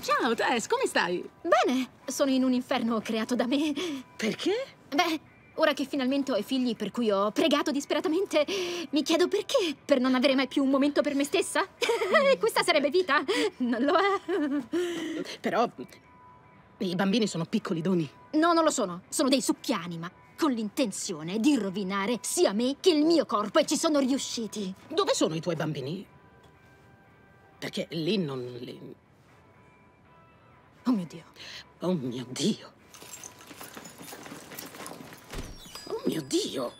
Ciao Tess, come stai? Bene, sono in un inferno creato da me. Perché? Beh, ora che finalmente ho i figli per cui ho pregato disperatamente, mi chiedo perché? Per non avere mai più un momento per me stessa? Questa sarebbe vita? Non lo è. Però i bambini sono piccoli doni. No, non lo sono. Sono dei succhianima. Con l'intenzione di rovinare sia me che il mio corpo e ci sono riusciti. Dove sono i tuoi bambini? Perché lì non li... Oh mio Dio. Oh mio Dio! Oh mio Dio!